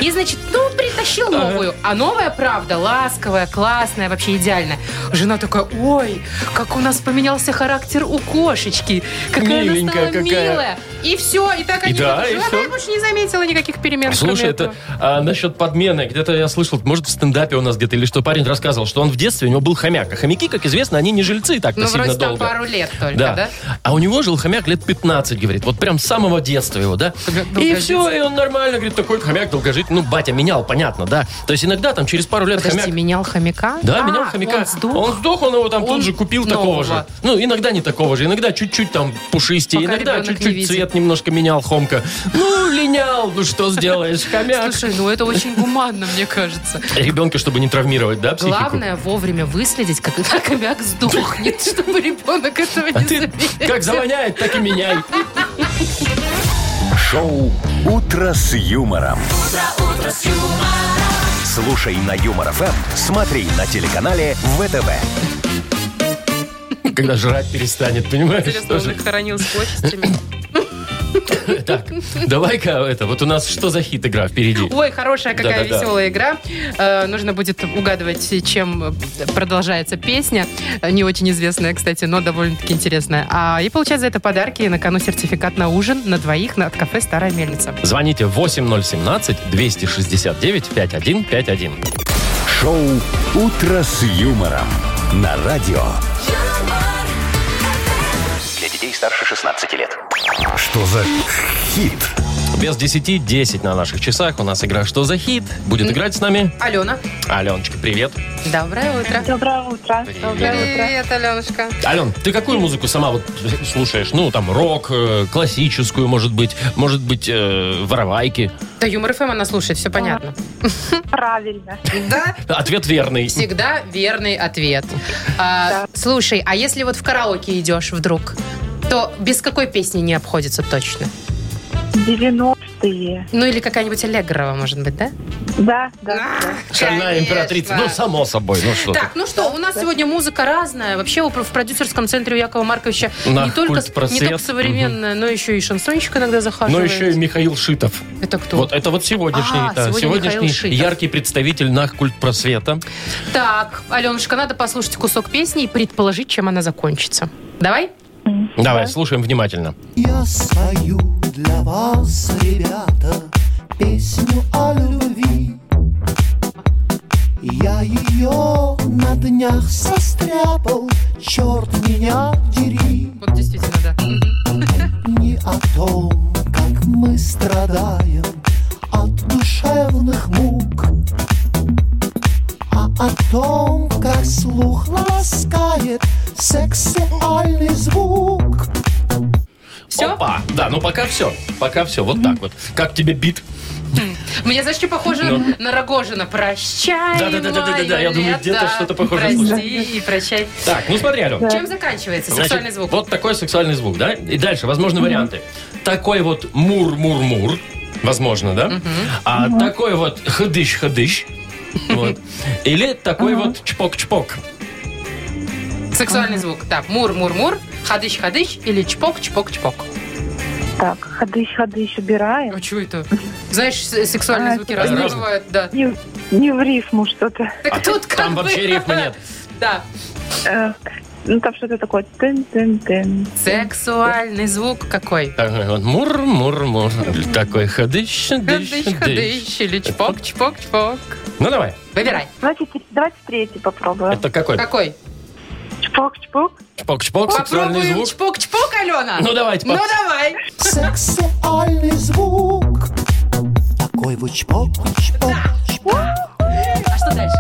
И, значит, ну, притащил новую. А новая, правда, ласковая, классная, вообще идеальная. Жена такая, ой, как у нас поменялся характер у кошечки. Какая
Миленькая
она стала
какая».
милая. И все, и так
И
они...
да,
вот-
и
Она
всё.
больше не заметила никаких перемен.
Слушай,
кроме
это
этого.
а, насчет подмены. Где-то я слышал, может, в стендапе у нас где-то, или что парень рассказывал, что он в детстве, у него был хомяк. А хомяки, как известно, они не жильцы так-то
Ну,
сильно
вроде там
долго.
пару лет только,
Да.
да?
А у него жил хомяк лет 15, говорит. Вот прям с самого детства его, да? И
долгожитель.
все, и он нормально, говорит, такой хомяк долгожитель. Ну, батя менял, понятно, да. То есть иногда там через пару лет
Подожди,
хомяк...
менял хомяка?
Да,
А,
менял хомяка.
Он сдох?
Он сдох, он его там
Он
тут же купил такого
нового.
же. Ну, иногда не такого же, иногда чуть-чуть там пушистее,
Пока
иногда
ребенок не
чуть-чуть
видит.
цвет немножко менял хомка. Ну, линял, ну что сделаешь, хомяк.
Слушай, ну это очень гуманно, мне кажется.
Ребенка, чтобы не травмировать, да, психику?
Главное вовремя выследить, когда хомяк сдохнет, чтобы ребенок этого
А
не
ты
заметил.
как завоняет, так и меняй.
Шоу «Утро с юмором». Слушай на Юмор ФМ, смотри на телеканале ВТВ.
Когда жрать перестанет, понимаешь?
Интересно, он
тоже.
их хоронил с почестями.
Так, давай-ка это, вот у нас что за хит игра впереди?
Ой, хорошая какая
Да-да-да.
веселая игра. Э, нужно будет угадывать, чем продолжается песня. Э, Не очень известная, кстати, но довольно-таки интересная. А, и получать за это подарки. На кону сертификат на ужин на двоих на, от кафе «Старая мельница».
Звоните 8017-269-5151.
Шоу «Утро с юмором» на радио.
Для детей старше 16 лет.
Что за хит?
Без 10-10 на наших часах у нас игра «Что за хит?». Будет играть с нами
Алена,
Аленочка. Привет.
доброе утро.
Доброе утро.
Привет, Аленушка.
Ален, ты какую музыку сама вот слушаешь? Ну, там, рок, э, классическую, может быть, может быть, э, воровайки.
Да, Юмор ФМ она слушает, все понятно.
Правильно.
Да,
Ответ верный.
всегда верный ответ. А, Слушай, а если вот в караоке идешь вдруг, то без какой песни не обходится точно?
90-е.
Ну или какая-нибудь Аллегрова, может быть, да?
Да, да.
Шальная императрица. Ну,
Конечно.
само собой. Ну, что
Так, ну что, у нас сегодня музыка разная. Вообще у- в продюсерском центре у Якова Марковича
На
не, только, не
культпроцвет.
только современная, но еще и шансончик иногда
ты. Но
захаживает.
еще и Михаил Шитов.
Это кто?
Вот это вот сегодняшний,
А,
да,
сегодня Михаил
сегодняшний
Шитов.
яркий представитель на культ просвета.
Так, Аленушка, надо послушать кусок песни и предположить, чем она закончится. Давай?
Давай, слушаем внимательно.
Я спою для вас, ребята, песню о любви. Я ее на днях состряпал, черт меня дери.
Вот действительно, да.
Не о том, как мы страдаем от душевных мук, а о том, как слух ласкает сексуальный звук.
Все?
Опа! Да, ну пока все. Пока все. Вот так вот. Как тебе бит?
Мне, знаешь, что похоже
Ну.
на Рогожина? Прощай,
Да-да-да-да-да-да,
мое
я думаю, где-то
лето,
что-то похоже
Прости, прощай.
Так, ну смотри, Ален.
Чем заканчивается
Значит,
сексуальный звук?
Вот такой сексуальный звук, да? И дальше, возможны варианты. Такой вот мур-мур-мур, возможно, да? А такой вот хдыщ-хдыщ. Вот. Или такой вот чпок-чпок.
Сексуальный звук, да. Мур-мур-мур, ходыщ-ходыщ или чпок-чпок-чпок.
Так, ходыщ-ходыщ убираем.
А чего это? Знаешь, с- сексуальные
А,
звуки
это
разные
разные.
бывают, да.
Не, не в рифму что-то.
Так
А
тут как
там
бы-
вообще рифмы нет.
Да.
Э, Ну, там что-то такое. Тын-тын-тын.
Сексуальный звук какой?
Такой вот мур-мур-мур. Или Такой хдыщ-хдыщ-хдыщ.
Ходыщ-ходыщ или чпок-чпок-чпок.
Ну давай.
Выбирай.
Давайте, давайте третий попробуем.
Это какой?
Какой?
Чпок-чпок.
Чпок-чпок, сексуальный
Попробуем
звук.
чпок-чпок, Алена.
Ну давайте.
Ну
пап.
давай.
Сексуальный звук Такой вот чпок, чпок, чпок,
А что дальше?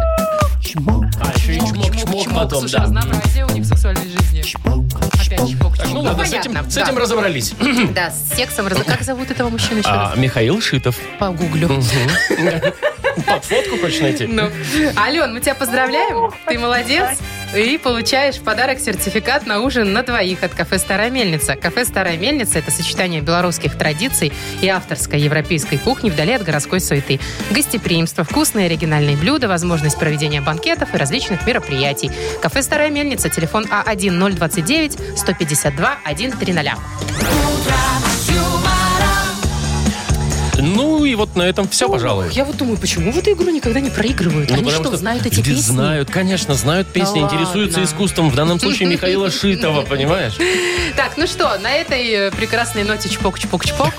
чмок
А еще и чмок-чмок
Чмок-чмок.
потом,
Слушай,
да.
разнообразие у них в сексуальной жизни.
Чпок,
Опять
чпок
чпок-чпок.
Так, ну ладно, с этим,
понятно,
с
да.
этим разобрались.
Да, с сексом раз- Как зовут этого мужчину еще
А,
раз?
Михаил Шитов.
Погуглю.
Под фотку хочешь найти?
Ну, Ален, мы тебя поздравляем. Ты молодец. И получаешь в подарок сертификат на ужин на двоих от кафе «Старая мельница». Кафе «Старая мельница» — это сочетание белорусских традиций и авторской европейской кухни вдали от городской суеты. Гостеприимство, вкусные оригинальные блюда, возможность проведения банкетов и различных мероприятий. Кафе «Старая мельница», телефон А А1-029-152-130.
Ну и вот на этом все, пожалуй.
Я вот думаю, почему в эту игру никогда не проигрывают?
Ну,
Они
потому
что, знают эти
люди
песни?
Знают, конечно, знают песни,
Да
интересуются
ладно.
искусством. В данном случае Михаила Шитова, понимаешь?
Так, ну что, на этой э, прекрасной ноте чпок-чпок-чпок,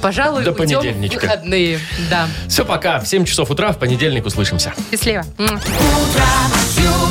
пожалуй,
До
уйдем в
понедельничка.
выходные. Да.
Все, пока. В 7 часов утра в понедельник услышимся.
Счастливо. М.
Утро с юмором.